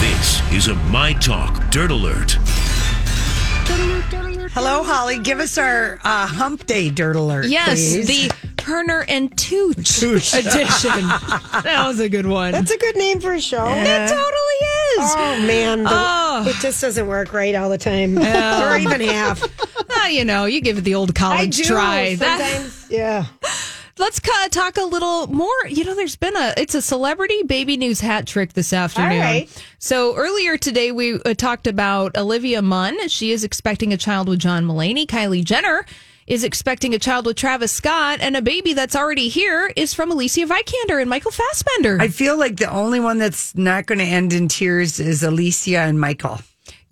This is a My Talk Dirt Alert. Hello, Holly. Give us our uh, hump day dirt alert. Yes, please. the Perner and Tooch, edition. that was a good one. That's a good name for a show. it totally is. Oh man, the- Oh. it just doesn't work right all the time, or even half. Ah, you know, you give it the old I college do try. That- sometimes. yeah, let's ca- talk a little more. You know, there's been a it's a celebrity baby news hat trick this afternoon. All right. So earlier today we uh, talked about Olivia Munn. She is expecting a child with John Mulaney. Kylie Jenner is expecting a child with Travis Scott, and a baby that's already here is from Alicia Vikander and Michael Fassbender. I feel like the only one that's not going to end in tears is Alicia and Michael.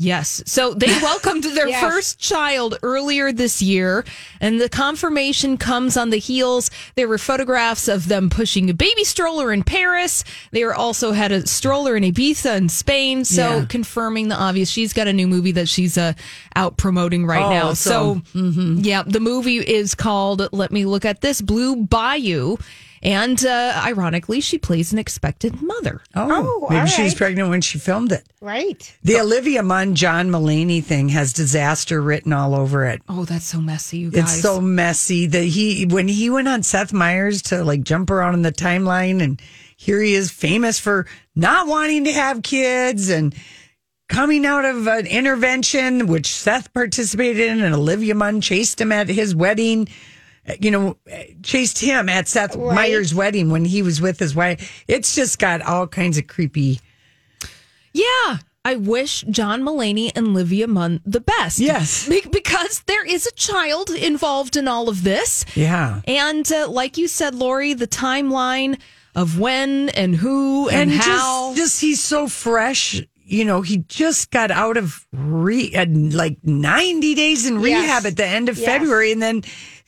Yes. So they welcomed their Yes. first child earlier this year, and the confirmation comes on the heels. There were photographs of them pushing a baby stroller in Paris. They were also had a stroller in Ibiza in Spain. So Yeah. confirming the obvious. She's got a new movie that she's uh, out promoting right Oh, now. so- So, yeah, the movie is called Let Me Look at This Blue Bayou. And uh, ironically, she plays an expected mother. Oh, Oh, maybe all she was right. Oh. pregnant when she filmed it. right. The Olivia Munn John Mulaney thing has disaster written all over it. Oh, that's so messy, you guys. It's so messy that he when he went on Seth Meyers to like jump around in the timeline and here he is famous for not wanting to have kids and coming out of an intervention which Seth participated in and Olivia Munn chased him at his wedding you know chased him at Seth Right. Meyers wedding when he was with his wife it's just got all kinds of creepy Yeah. I wish John Mullaney and Livia Munn the best. Yes. Be- because there is a child involved in all of this. yeah And uh, like you said, Lori, the timeline of when and who and, how. Just, just he's so fresh. You know, he just got out of re uh, like ninety days in Yes. rehab at the end of Yes. February, and then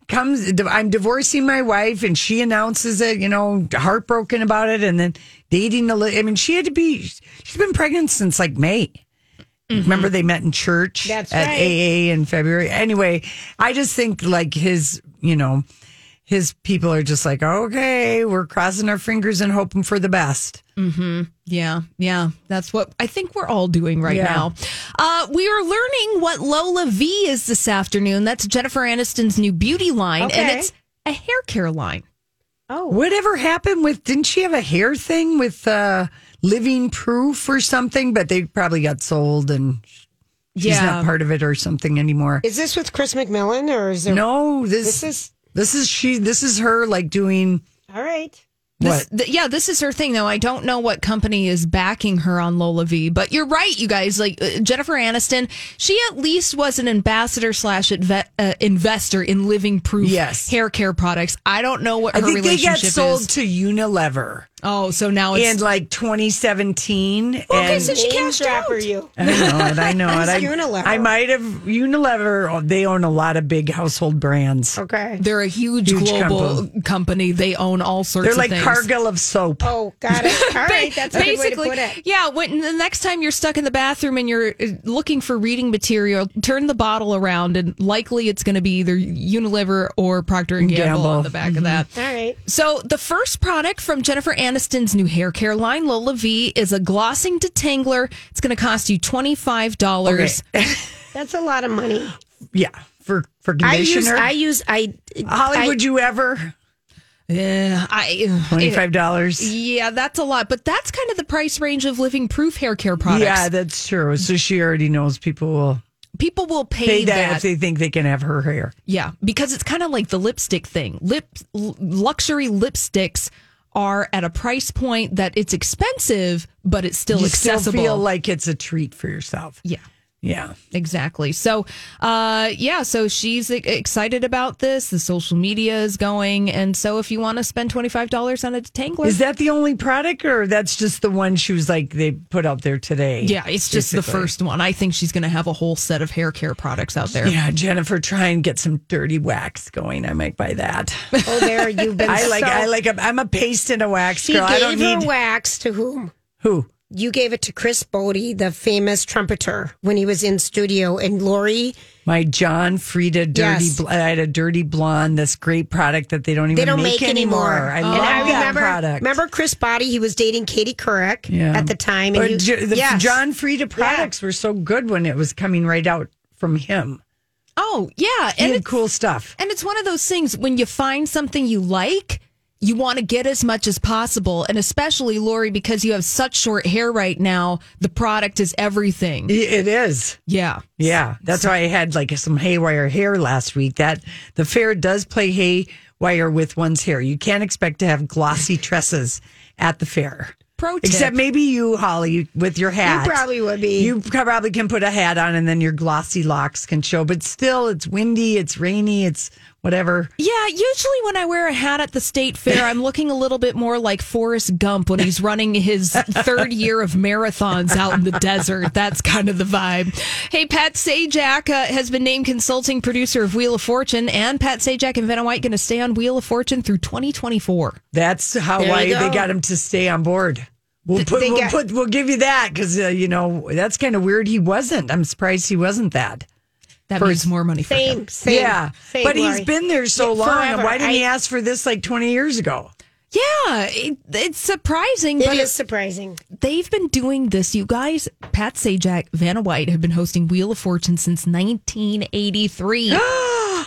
comes. I'm divorcing my wife, and she announces it. You know, heartbroken about it, and then dating. a li- I mean, she had to be. She's been pregnant since like May. Remember they met in church Mm-hmm. That's at right. AA in February. Anyway, I just think like his, you know, his people are just like, okay, we're crossing our fingers and hoping for the best. yeah, yeah. That's what I think we're all doing right Yeah. now. Uh, we are learning what Lola V is this afternoon. That's Jennifer Aniston's new beauty line, and Okay. it's a hair care line. Oh, Whatever happened with didn't she have a hair thing with uh living proof or something? But they probably got sold and she's not part of it or something anymore. is this with Chris McMillan or is there? No, this, this is this is she this is her like doing all right. what? This, th- yeah, this is her thing though. I don't know what company is backing her on Lola V, but you're right, you guys. Like uh, Jennifer Aniston, she at least was an ambassador slash inve- uh, investor in Living Proof Yes. hair care products. I don't know what I her think they relationship got sold is. to Unilever oh, so now it's in like 2017. Okay, and so she Name cashed drop out. or you? I know it. I know it. I, Unilever? I might have Unilever. oh, They own a lot of big household brands. Okay. They're a huge, Huge global company. company. They own all sorts. They're of like things. Cargill of soap. Oh, got it. All right, that's a good way to basically, put it. yeah. When the next time you're stuck in the bathroom and you're uh, looking for reading material, turn the bottle around, and likely it's going to be either Unilever or Procter and Gamble, Gamble. Mm-hmm. on the back of that. All right. So the first product from Jennifer Aniston's new hair care line, Lola V, is a glossing detangler. It's going to cost you twenty five dollars. That's a lot of money. Yeah, for for I use. conditioner. I use. I. Holly, I- would you ever? Yeah, Uh, I Twenty-five dollars. Yeah, that's a lot, but that's kind of the price range of living proof hair care products. Yeah, that's true. So she already knows people will people will pay, pay that, that. if they think they can have her hair. yeah, because it's kind of like the lipstick thing. Lip l- luxury lipsticks are at a price point that it's expensive, but it's still you accessible. still feel like it's a treat for yourself. yeah. Yeah. Exactly. So, uh, yeah, so she's e- excited about this. The social media is going. And so, if you want to spend $25 on a detangler, Is that the only product, or that's just the one she was like they put out there today? yeah, it's just the basically? first one. I think she's going to have a whole set of hair care products out there. Yeah, Jennifer, try and get some dirty wax going. I might buy that. Oh, there you've been. I like. so- I like. A, I'm a paste and a wax She girl. I don't gave her need wax to whom? who. You gave it to Chris Bodie, the famous trumpeter, when he was in studio, and Lori. My John Frieda dirty. Yes. Bl- I had a dirty blonde. This great product that they don't even They don't make, anymore. Oh. I And love that remember, product. Remember Chris Boddy? He was dating Katie Couric Yeah. at the time. And But he, Ju- the yes. John Frieda products were so good when it was coming right out from him. Oh, yeah. He And had it's, cool stuff. and it's one of those things when you find something you like, you want to get as much as possible. And especially, Lori, because you have such short hair right now, the product is everything. I- It is. Yeah. Yeah, that's why I had like some haywire hair last week. That the fair does play haywire with one's hair. You can't expect to have glossy tresses at the fair. Pro tip. Except maybe you, Holly, you, with your hat. probably would be. You probably can put a hat on and then your glossy locks can show. But still, it's windy, it's rainy, it's whatever. Yeah, usually when I wear a hat at the state fair, I'm looking a little bit more like Forrest Gump when he's running his third year of marathons out in the desert. That's kind of the vibe. Hey, Pat Sajak uh, has been named consulting producer of Wheel of Fortune, and Pat Sajak and Vanna White going to stay on Wheel of Fortune through 2024. That's how you why they go. got him to stay on board. We'll put, they we'll, got- put we'll give you that because uh, you know that's kind of weird. He wasn't. I'm surprised he wasn't that. That means more money for him. Same, same. yeah, same, but he's Lori. been there so Yeah, long. forever. Why didn't he I- ask for this like 20 years ago? Yeah, it, it's surprising, It but is surprising. they've been doing this, you guys. Pat Sajak, Vanna White have been hosting Wheel of Fortune since 1983.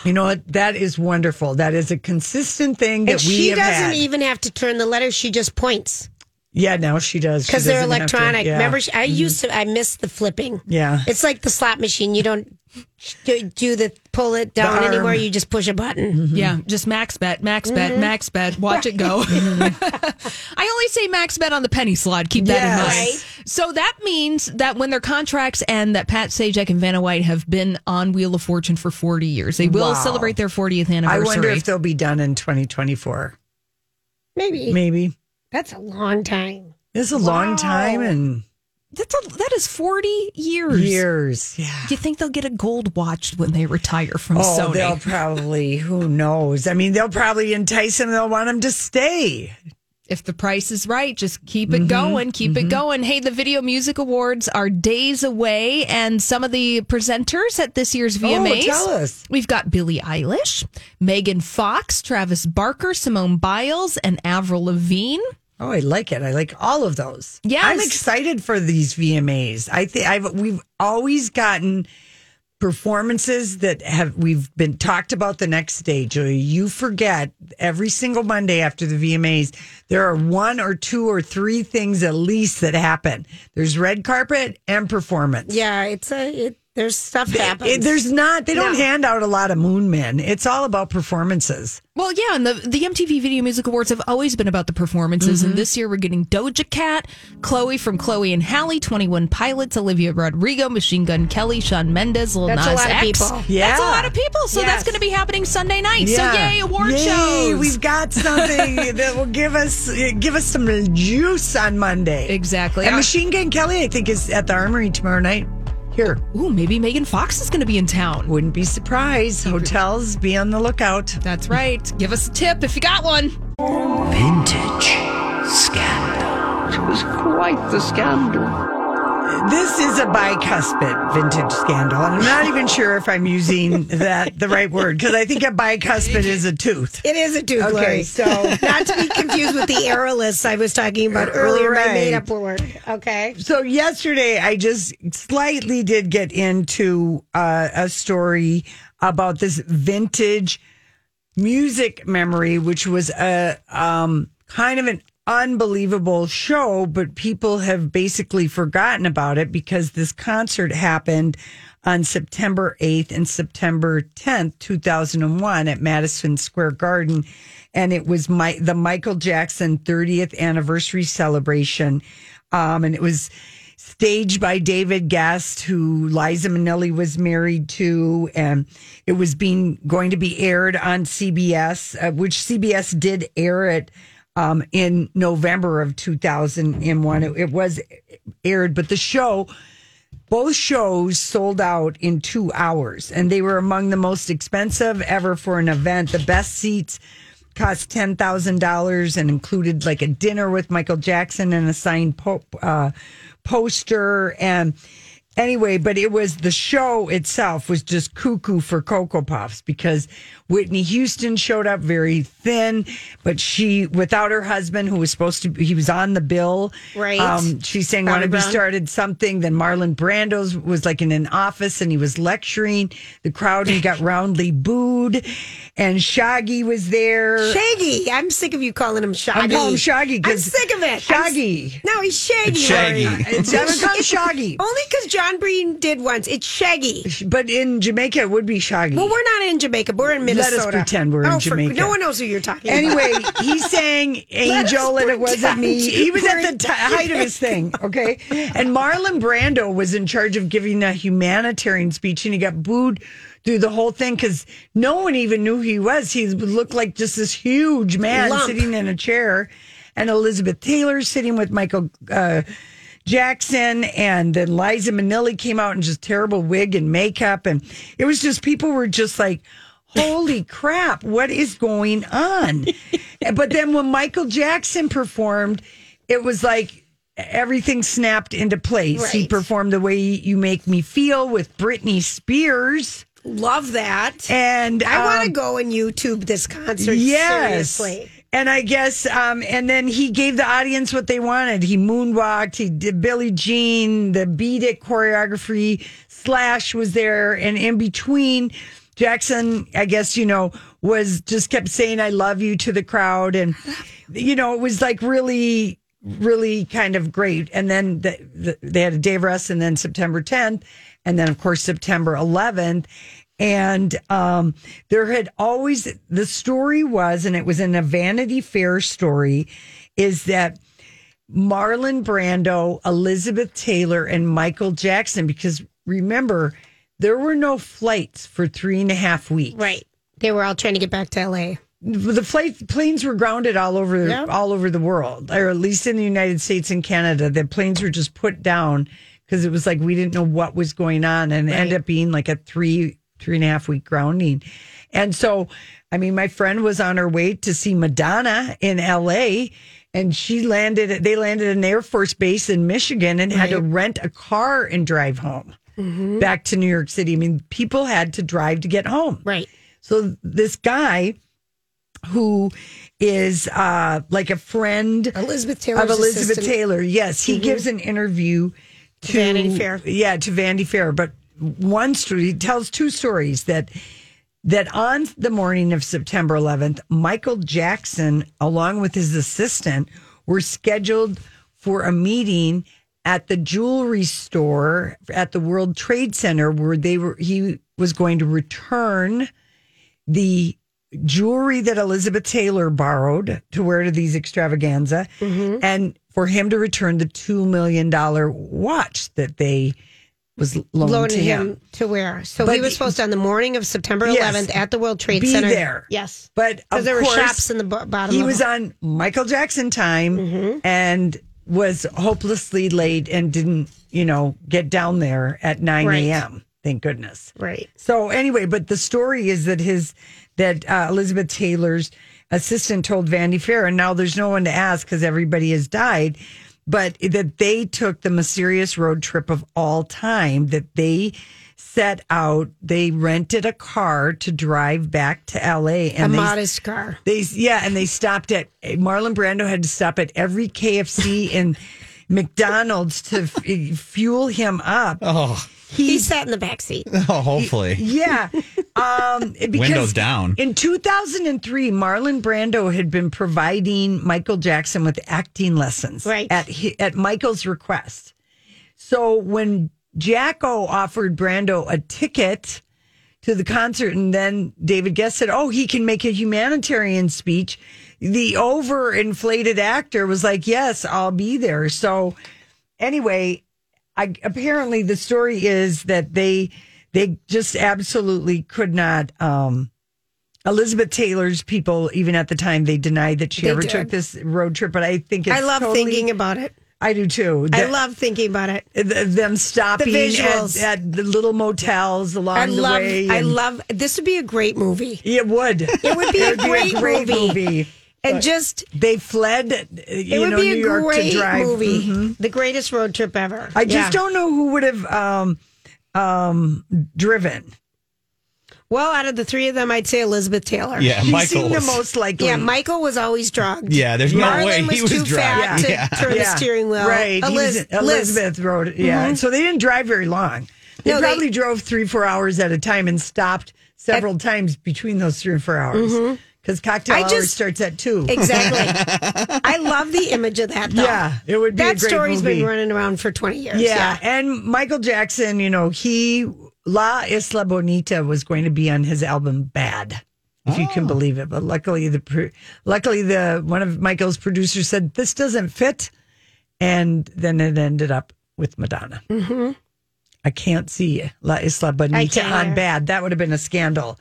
You know what? That is wonderful. That is a consistent thing that And we she have doesn't had. even have to turn the letter; she just points yeah, now she does She because they're doesn't have to- electronic. yeah. Mm-hmm. Remember, she, I used to. I miss the flipping. Yeah. it's like the slot machine. You don't do, do the pull it down arm. Mm-hmm. anymore. You just push a button. Yeah, just max bet, max bet, max bet. Watch it go. I only say max bet on the penny slot. Keep that in mind. Yes. So that means that when their contracts end, that Pat Sajak and Vanna White have been on Wheel of Fortune for 40 years. They will Wow. celebrate their 40th I anniversary. wonder if they'll be done in 2024. Maybe. Maybe that's a long time. it's a long time and That's a, that is 40 years. years. Yeah. Do you think they'll get a gold watch when they retire from Oh, Sony? they'll probably. Who knows? I mean, they'll probably entice him. They'll want him to stay. if the price is right, just keep Mm-hmm, it going, keep it going. Hey, the Video Music Awards are days away, and some of the presenters at this year's VMAs. Oh, tell us. We've got Billie Eilish, Megan Fox, Travis Barker, Simone Biles, and Avril Lavigne. Oh, I like it. I like all of those. Yes. I'm excited for these VMAs. I think I've we've always gotten performances that have we've been talked about the next day. Julia, you forget every single Monday after the VMAs, there are one or two or three things at least that happen. There's red carpet and performance. Yeah, it's a. It, there's stuff happens. It- there's not. They don't No. hand out a lot of moon men. It's all about performances. Well, yeah, and the, the MTV Video Music Awards have always been about the performances, and this year we're getting Doja Cat, Chloe from Chloe and Halle, 21 Pilots, Olivia Rodrigo, Machine Gun Kelly, Sean Mendez, Lil That's a Nas lot of X. people. That's a Yeah. lot of people, so that's Yes. going to be happening Sunday night. Yeah. So, yay, award Yay, shows. We've got something that will give us give us some juice on Monday. Exactly. And Uh, Machine Gun Kelly, I think, is at the Armory tomorrow night. Here, Ooh, maybe Megan Fox is going to be in town. wouldn't be surprised. Hotels, be on the lookout. That's right. Give us a tip if you got one. Vintage scandal. It was quite the scandal. This is a bicuspid vintage scandal, and I'm not even sure if I'm using that the right word because I think a bicuspid is a tooth. It is a dude, Okay, Lori. so- not to be confused with the aeroliths I was talking about earlier. Right. My made up word. Okay. so yesterday I just slightly did get into uh, a story about this vintage Music Memory, which was a um, kind of an unbelievable show, but people have basically forgotten about it because this concert happened on September 8th and September 10th, 2001 at Madison Square Garden. And it was my, the Michael Jackson 30th anniversary celebration. Um, and it was staged by David Guest, who Liza Minnelli was married to, and it was being going to be aired on CBS, uh, which CBS did air it um, in November of 2001. It, it was aired, but the show, both shows sold out in two hours, and they were among the most expensive ever for an event. The best seats cost ten thousand dollars and included like a dinner with Michael Jackson and a signed po- uh, poster and anyway but it was the show itself was just cuckoo for cocoa puffs because whitney houston showed up very thin but she without her husband who was supposed to be he was on the bill Um, Right. she sang Brownie want to be Brown. started something then marlon brando's was like in an office and he was lecturing the crowd and he got roundly booed and shaggy was there Shaggy. I'm sick of you calling him Shaggy. i'm calling him shaggy I'm 'cause sick of it. I'm s- shaggy No, he's Shaggy. It's Shaggy. Lori. It's- it's not Shaggy. Only because John Breen did once. It's Shaggy. but in jamaica it would be shaggy Well, we're not in Jamaica. We're in Let us Minnesota. pretend we're in Oh, for- Jamaica. no one knows who you're talking about. Anyway, he sang Angel and it wasn't me. He was at the t- height of his thing, okay? And Marlon Brando was in charge of giving a humanitarian speech and he got booed through the whole thing because no one even knew who he was. He looked like just this huge man Lump. sitting in a chair, and Elizabeth Taylor sitting with Michael. Uh, Jackson and then Liza Minnelli came out in just terrible wig and makeup. And it was just people were just like, holy crap, what is going on? but then when Michael Jackson performed, it was like everything snapped into place. He Right. performed The Way You Make Me Feel with Britney Spears. Love that. And I want um, to go and YouTube this concert. Seriously. and I guess, um, and then he gave the audience what they wanted. He moonwalked. He did Billie Jean, the beat it choreography. Slash was there, and in between, Jackson, I guess you know, was just kept saying "I love you" to the crowd, and you know, it was like really, really kind of great. And then the, the, they had a day of rest, and then September 10th, and then of course September 11th. And um, there had always the story was, and it was in a Vanity Fair story, is that Marlon Brando, Elizabeth Taylor, and Michael Jackson, because remember, there were no flights for three and a half weeks. Right. They were all trying to get back to LA. The flight, planes were grounded all over Yeah. all over the world, or at least in the United States and Canada. The planes were just put down because it was like we didn't know what was going on, and it ended up being like a three three and a half week grounding. And so, I mean, my friend was on her way to see Madonna in L.A. And she landed. They landed at an Air Force base in Michigan and had to rent a car and drive home back to New York City. I mean, people had to drive to get home. Right. So this guy who is uh, like a friend Elizabeth Taylor. of Elizabeth Taylor, yes, he gives an interview to Vanity Fair. Yeah, to Vanity Fair. But one story he tells two stories that that on the morning of September 11th, Michael Jackson, along with his assistant, were scheduled for a meeting at the jewelry store at the World Trade Center, where they were. He was going to return the jewelry that Elizabeth Taylor borrowed to wear to these extravaganza Mm-hmm. and for him to return the $2 million watch that they was loaned Loaned to him. him to where? So But he was he- supposed to on the morning of September Yes. 11th at the World Trade Be Center. there. Yes. But of Because there were course, shops in the Mm-hmm. bo- bottom. he of was it. on Michael Jackson time and was hopelessly late and didn't, you know, get down there at 9 Right. a.m. Thank goodness. right. So anyway, but the story is that his that uh, Elizabeth Taylor's assistant told Vanity Fair, and now there's no one to ask because everybody has died. But that they took the most serious road trip of all time. That they set out, they rented a car to drive back to L.A. A and they modest car. they yeah, and they stopped at Marlon Brando had to stop at every KFC in McDonald's to f- fuel him up. Oh, He sat in the back seat. oh hopefully. Yeah. Um, because Windows down. In 2003, Marlon Brando had been providing Michael Jackson with acting lessons Right. at, hi- at Michael's request. So when Jacko offered Brando a ticket to the concert, and then David Guest said, Oh, he can make a humanitarian speech, the overinflated actor was like, Yes, I'll be there. So anyway, I apparently the story is that they they just absolutely could not um Elizabeth Taylor's people even at the time they denied that she They ever did. took this road trip but I think it's I love totally- thinking about it. I do too. I That- love thinking about it. th- them stopping at, visuals. at the little motels along I the love. way. I and- love. This would be a great movie. it would. It would be a great movie. And just They fled uh, it you would know be a New York great to drive movie. Mhm. The greatest road trip ever. I just Yeah. don't know who would have um um driven. Well, out of the three of them, I'd say Elizabeth Taylor. Yeah, She Michael. seemed the was- most likely. Yeah, Michael was always drugged. yeah, there's no Marlon way was he was too fat driving. to Yeah. turn the steering wheel. Right. He was- Eliz- Liz. Elizabeth rode it. Yeah. So they didn't drive very long. They No, they- probably drove three, four hours at a time and stopped several times between those three and four hours. Because cocktail Mm-hmm. I hour just- starts at two. Exactly. I love the image of that. Though. Yeah, it would be a That great story's movie. been running around for twenty years. yeah. And Michael Jackson, you know, he La Isla Bonita was going to be on his album Bad. If you Oh. can believe it, but luckily the pro- luckily the one of Michael's producers said this doesn't fit, and then it ended up with Madonna. Mm-hmm. I can't see La Isla Bonita can't on either. Bad. That would have been a scandal.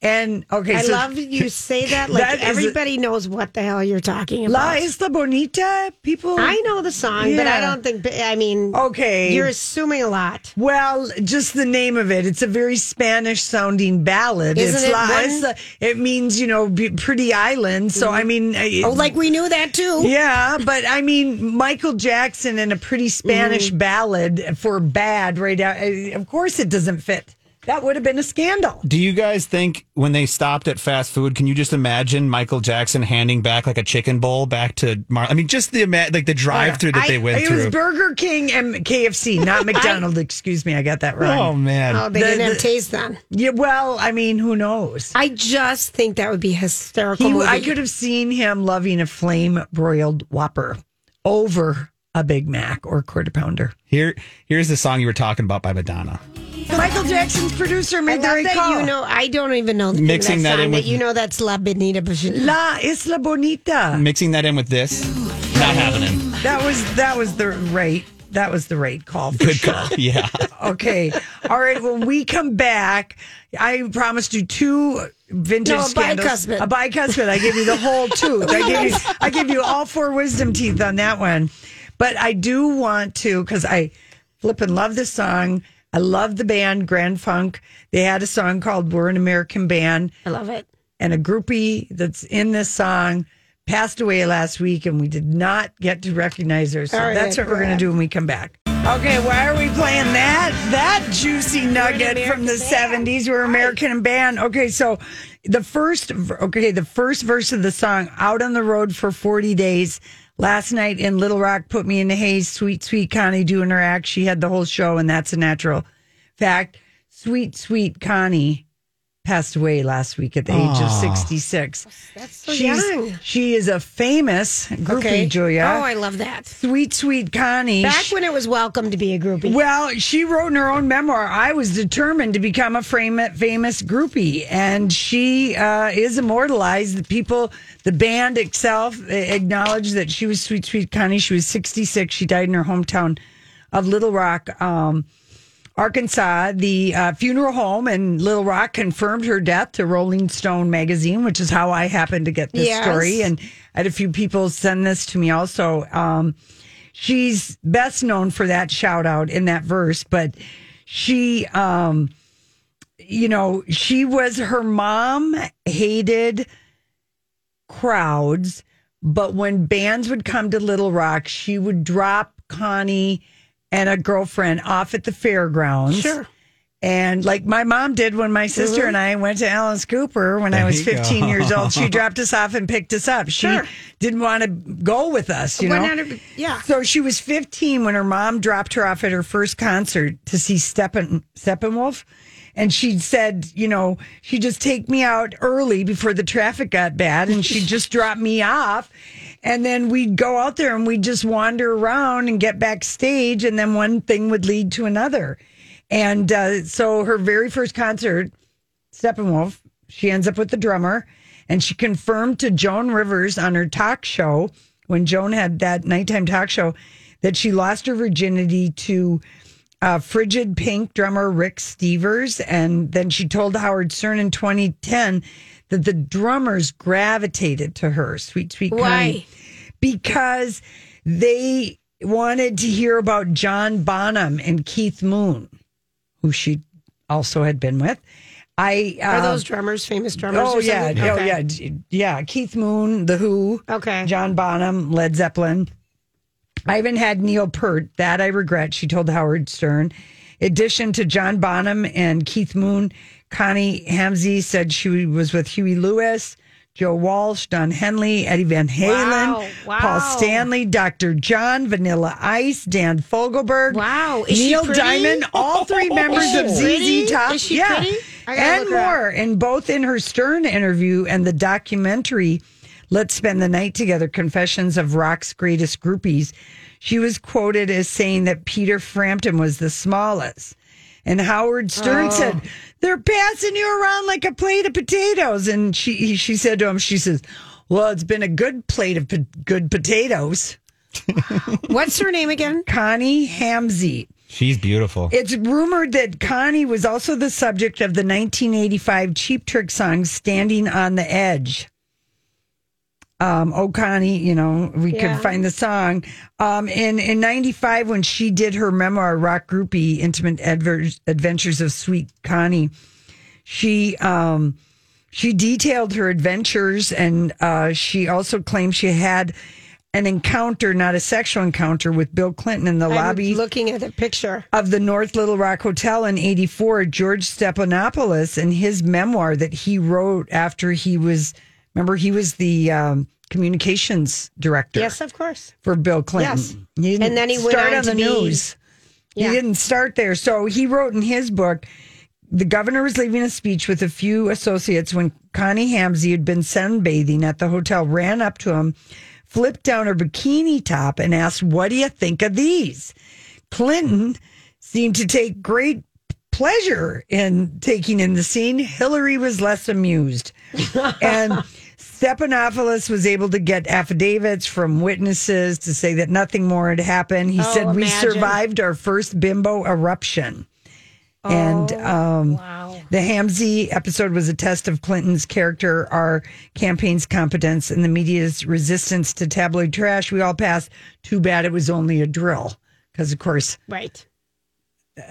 And okay, I so love you say that like That is a- everybody knows what the hell you're talking La about. Isla Bonita. People, I know the song, but Yeah. I don't think. I mean, Okay. you're assuming a lot. Well, just the name of it. It's a very Spanish sounding ballad. Isn't it's it La one- Isla. It means, you know, be- pretty island. So, I mean, I- Oh, like we knew that too. yeah, but I mean, Michael Jackson and a pretty Spanish Mm-hmm. ballad for bad right out. I- Of course, it doesn't fit. That would have been a scandal. Do you guys think when they stopped at fast food, can you just imagine Michael Jackson handing back like a chicken bowl back to Mar? I mean, just the ima- like the drive through that they went it through. was Burger King and KFC, not McDonald. excuse me, I got that oh wrong. man, Oh, they The- didn't the- have taste then. Yeah, well, I mean, who knows? I just think that would be hysterical. He, movie. I could have seen him loving a flame broiled Whopper over a Big Mac or quarter pounder. here here's the song you were talking about by Madonna. Michael Jackson's producer I made the love right that call. you know. I don't even know the Mixing name of that that, song, in with- but you know that's La Bonita. Bajita. La Isla Bonita. Mixing that in with this, not happening. That was that was the right that was the right call. For Good sure. call. Yeah, Okay. All right. When we come back, I promised you two vintage No, a scandals. bicuspid. A bicuspid. I gave you the whole tooth. I gave you I gave you all four wisdom teeth on that one. But I do want to because I flip and love this song. I love the band Grand Funk. They had a song called "We're an American Band," I love it. and a groupie that's in this song passed away last week, and we did not get to recognize her. So All right, that's what we're going to yeah. do when we come back. Okay, why are we playing that? That juicy nugget from American the band. 70s. We're American band. Okay, so the first okay, the first verse of the song Out on the Road for 40 Days. Last night in Little Rock put me in the haze. Sweet, sweet Connie doing her act. She had the whole show, and that's a natural fact. Sweet, sweet Connie passed away last week at the age of 66. That's so She's, young. she is a famous groupie, Julia. Oh, I love that. sweet, sweet Connie. Back She- when it was welcome to be a groupie. well, she wrote in her own memoir, I was determined to become a frame- famous groupie. And she uh, is immortalized. The people, the band itself uh, acknowledged that she was Sweet Sweet Connie. She was 66. She died in her hometown of Little Rock, um, Arkansas. The uh, funeral home in Little Rock confirmed her death to Rolling Stone magazine, which is how I happened to get this Yes. story. And I had a few people send this to me also. Um, she's best known for that shout out in that verse, but she, um, you know, she was her mom hated crowds, but when bands would come to Little Rock, she would drop Connie and a girlfriend off at the fairgrounds. Sure. And like my mom did when my sister and I went to Alice Cooper when I Mm-hmm. There was you go. 15 years old, she dropped us off and picked us up. She Sure. didn't want to go with us, you Why know. not a- yeah. So she was 15 when her mom dropped her off at her first concert to see Steppen, Steppenwolf. And she said, you know, she'd just take me out early before the traffic got bad and she'd just drop me off. And then we'd go out there and we'd just wander around and get backstage. And then one thing would lead to another. And uh, so her very first concert, Steppenwolf, she ends up with the drummer. And she confirmed to Joan Rivers on her talk show when Joan had that nighttime talk show that she lost her virginity to uh, frigid pink drummer Rick Stevers. And then she told Howard Stern in 2010 that the drummers gravitated to her, sweet, sweet. Connie Why? because they wanted to hear about John Bonham and Keith Moon, who she also had been with. I uh, Are those drummers famous drummers? oh or yeah something? oh Okay. yeah d- yeah Keith Moon, The Who, Okay. John Bonham, Led Zeppelin. I even had Neil Peart. That I regret. She told Howard Stern. Addition to John Bonham and Keith Moon, Connie Hamsey said she was with Huey Lewis, Joe Walsh, Don Henley, Eddie Van Halen, Wow, wow. Paul Stanley, Dr. John, Vanilla Ice, Dan Fogelberg, Wow, is she Neil pretty? Diamond, all three members she of pretty? ZZ Top, Is she yeah, pretty? I gotta and look her up. more, and both in her Stern interview and the documentary "Let's Spend the Night Together: Confessions of Rock's Greatest Groupies." She was quoted as saying that Peter Frampton was the smallest. And Howard Stern Oh. said, "They're passing you around like a plate of potatoes." And she he- she said to him, she says, "Well, it's been a good plate of po- good potatoes." What's her name again? Connie Hamsey. She's beautiful. It's rumored that Connie was also the subject of the 1985 Cheap Trick song "Standing on the Edge." Um, oh, Connie, you know we Yeah. could find the song. Um, in in '95, when she did her memoir "Rock Groupie: Intimate Adver- Adventures of Sweet Connie," she um, she detailed her adventures, and uh, she also claimed she had an encounter, not a sexual encounter, with Bill Clinton in the lobby I'm looking at the picture. of the North Little Rock Hotel in 84, George Stephanopoulos, in his memoir that he wrote after he was, remember, he was the um, communications director Yes, of course. for Bill Clinton. Yes. He didn't And then he went start on on the to be- news. Yeah. He didn't start there. So he wrote in his book, the governor was leaving a speech with a few associates when Connie Hamsey had been sunbathing at the hotel, ran up to him, flipped down her bikini top, and asked, What do you think of these? Clinton seemed to take great pleasure in taking in the scene. Hillary was less amused. and Stephanopoulos was able to get affidavits from witnesses to say that nothing more had happened. He Oh, said, We imagine. survived our first bimbo eruption. and um, Oh, Wow. the Hamsey episode was a test of Clinton's character, our campaign's competence, and the media's resistance to tabloid trash. We all passed. Too bad it was only a drill. Because, of course, Right.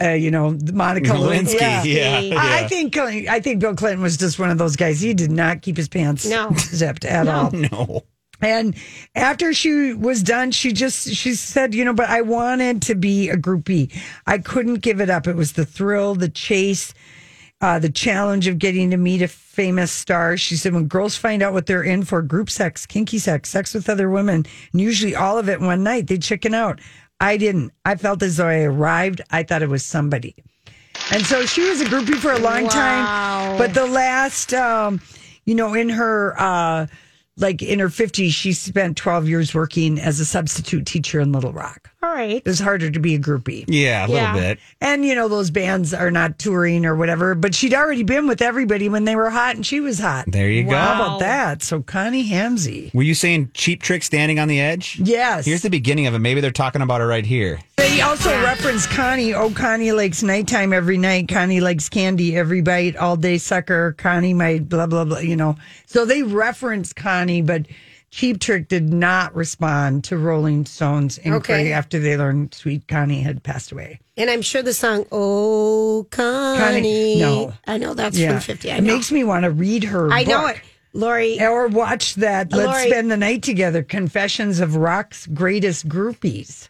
uh, you know, Monica Lewinsky. Lewinsky. Yeah. yeah. I I think uh, I think Bill Clinton was just one of those guys. He did not keep his pants No. zipped at all. no. And after she was done, she just she said, you know, but I wanted to be a groupie. I couldn't give it up. It was the thrill, the chase, uh, the challenge of getting to meet a famous star. She said, when girls find out what they're in for, group sex, kinky sex, sex with other women, and usually all of it in one night, they chicken out. I didn't. I felt as though I arrived. I thought it was somebody. And so she was a groupie for a long time. But the last, um, you know, in her, uh, like in her 50s, she spent 12 years working as a substitute teacher in Little Rock. All right. It was harder to be a groupie. Yeah, a little Yeah. bit. And, you know, those bands are not touring or whatever, but she'd already been with everybody when they were hot and she was hot. There you How go. about that? So Connie Hamsey. Were you saying cheap trick standing on the edge? Yes. Here's the beginning of it. Maybe they're talking about it right here. They also reference Connie. Oh, Connie likes nighttime every night. Connie likes candy every bite, all day sucker. Connie might blah, blah, blah, you know. So they reference Connie, but Cheap Trick did not respond to Rolling Stone's inquiry Okay. after they learned sweet Connie had passed away. And I'm sure the song "Oh Connie." no. I know that's from '50. I it know. makes me want to read her I know book. it, Lori. Or watch that Let's Lori- Spend the Night Together Confessions of Rock's Greatest Groupies.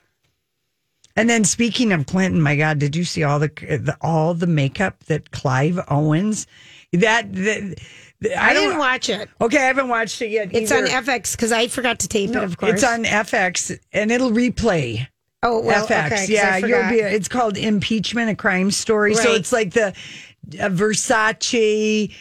And then speaking of Clinton, my God, did you see all the, the all the makeup that Clive Owens? That, that I, I don't didn't watch it. Okay, I haven't watched it yet. It's either. on FX because I forgot to tape No, it. Of course, It's on FX and it'll replay. oh well, FX. okay, 'cause I yeah, you'll forgot. be. It's called Impeachment: A Crime Story. So Right. it's like the uh, Versace.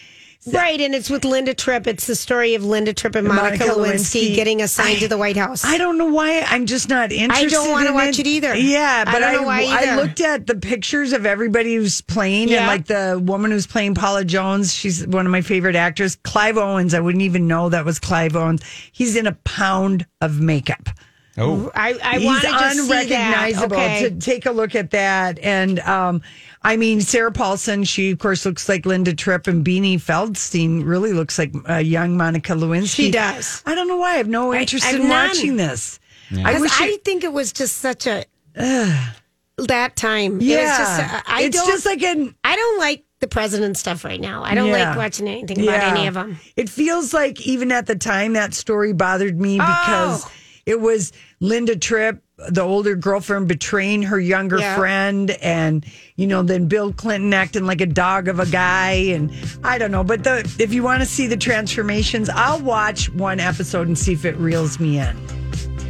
Right, and it's with Linda Tripp. It's the story of Linda Tripp and Monica Monica, Lewinsky, Lewinsky. getting assigned to the White House. I don't know why. I'm just not interested. wanna in watch it either. Yeah, I but don't I know why I, either. looked at the pictures of everybody who's playing, and Yeah. like the woman who's playing Paula Jones. She's one of my favorite actors. Clive Owens. I wouldn't even know that was Clive Owens. He's in a pound of makeup. Oh, I, I He's want to just see that. unrecognizable. Okay. To take a look at that, and um, I mean Sarah Paulson, she of course looks like Linda Tripp, and Beanie Feldstein really looks like uh, young Monica Lewinsky. She does. I don't know why. I have no interest I've in none. watching this. I 'Cause wish. I it- think it was just such a that time. yeah, it was just, uh, I it's don't. just like an I don't like the president stuff right now. I don't Yeah. like watching anything about any of them. It feels like even at the time that story bothered me because Oh. it was Linda Tripp, the older girlfriend, betraying her younger Yeah. friend, and you know, then Bill Clinton acting like a dog of a guy, and I don't know. But the, if you want to see the transformations, I'll watch one episode and see if it reels me in.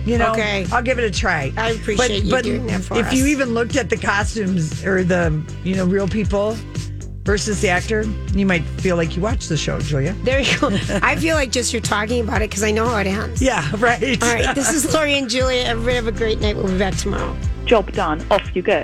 You know, Okay. I'll give it a try. I appreciate you doing that for if you us. even looked at the costumes or the you know real people versus the actor, you might feel like you watched the show, Julia. There you go. I feel like just you're talking about it because I know how it ends. Yeah, right. All right. This is Lori and Julia. Everybody have a great night. We'll be back tomorrow. Job done. Off you go.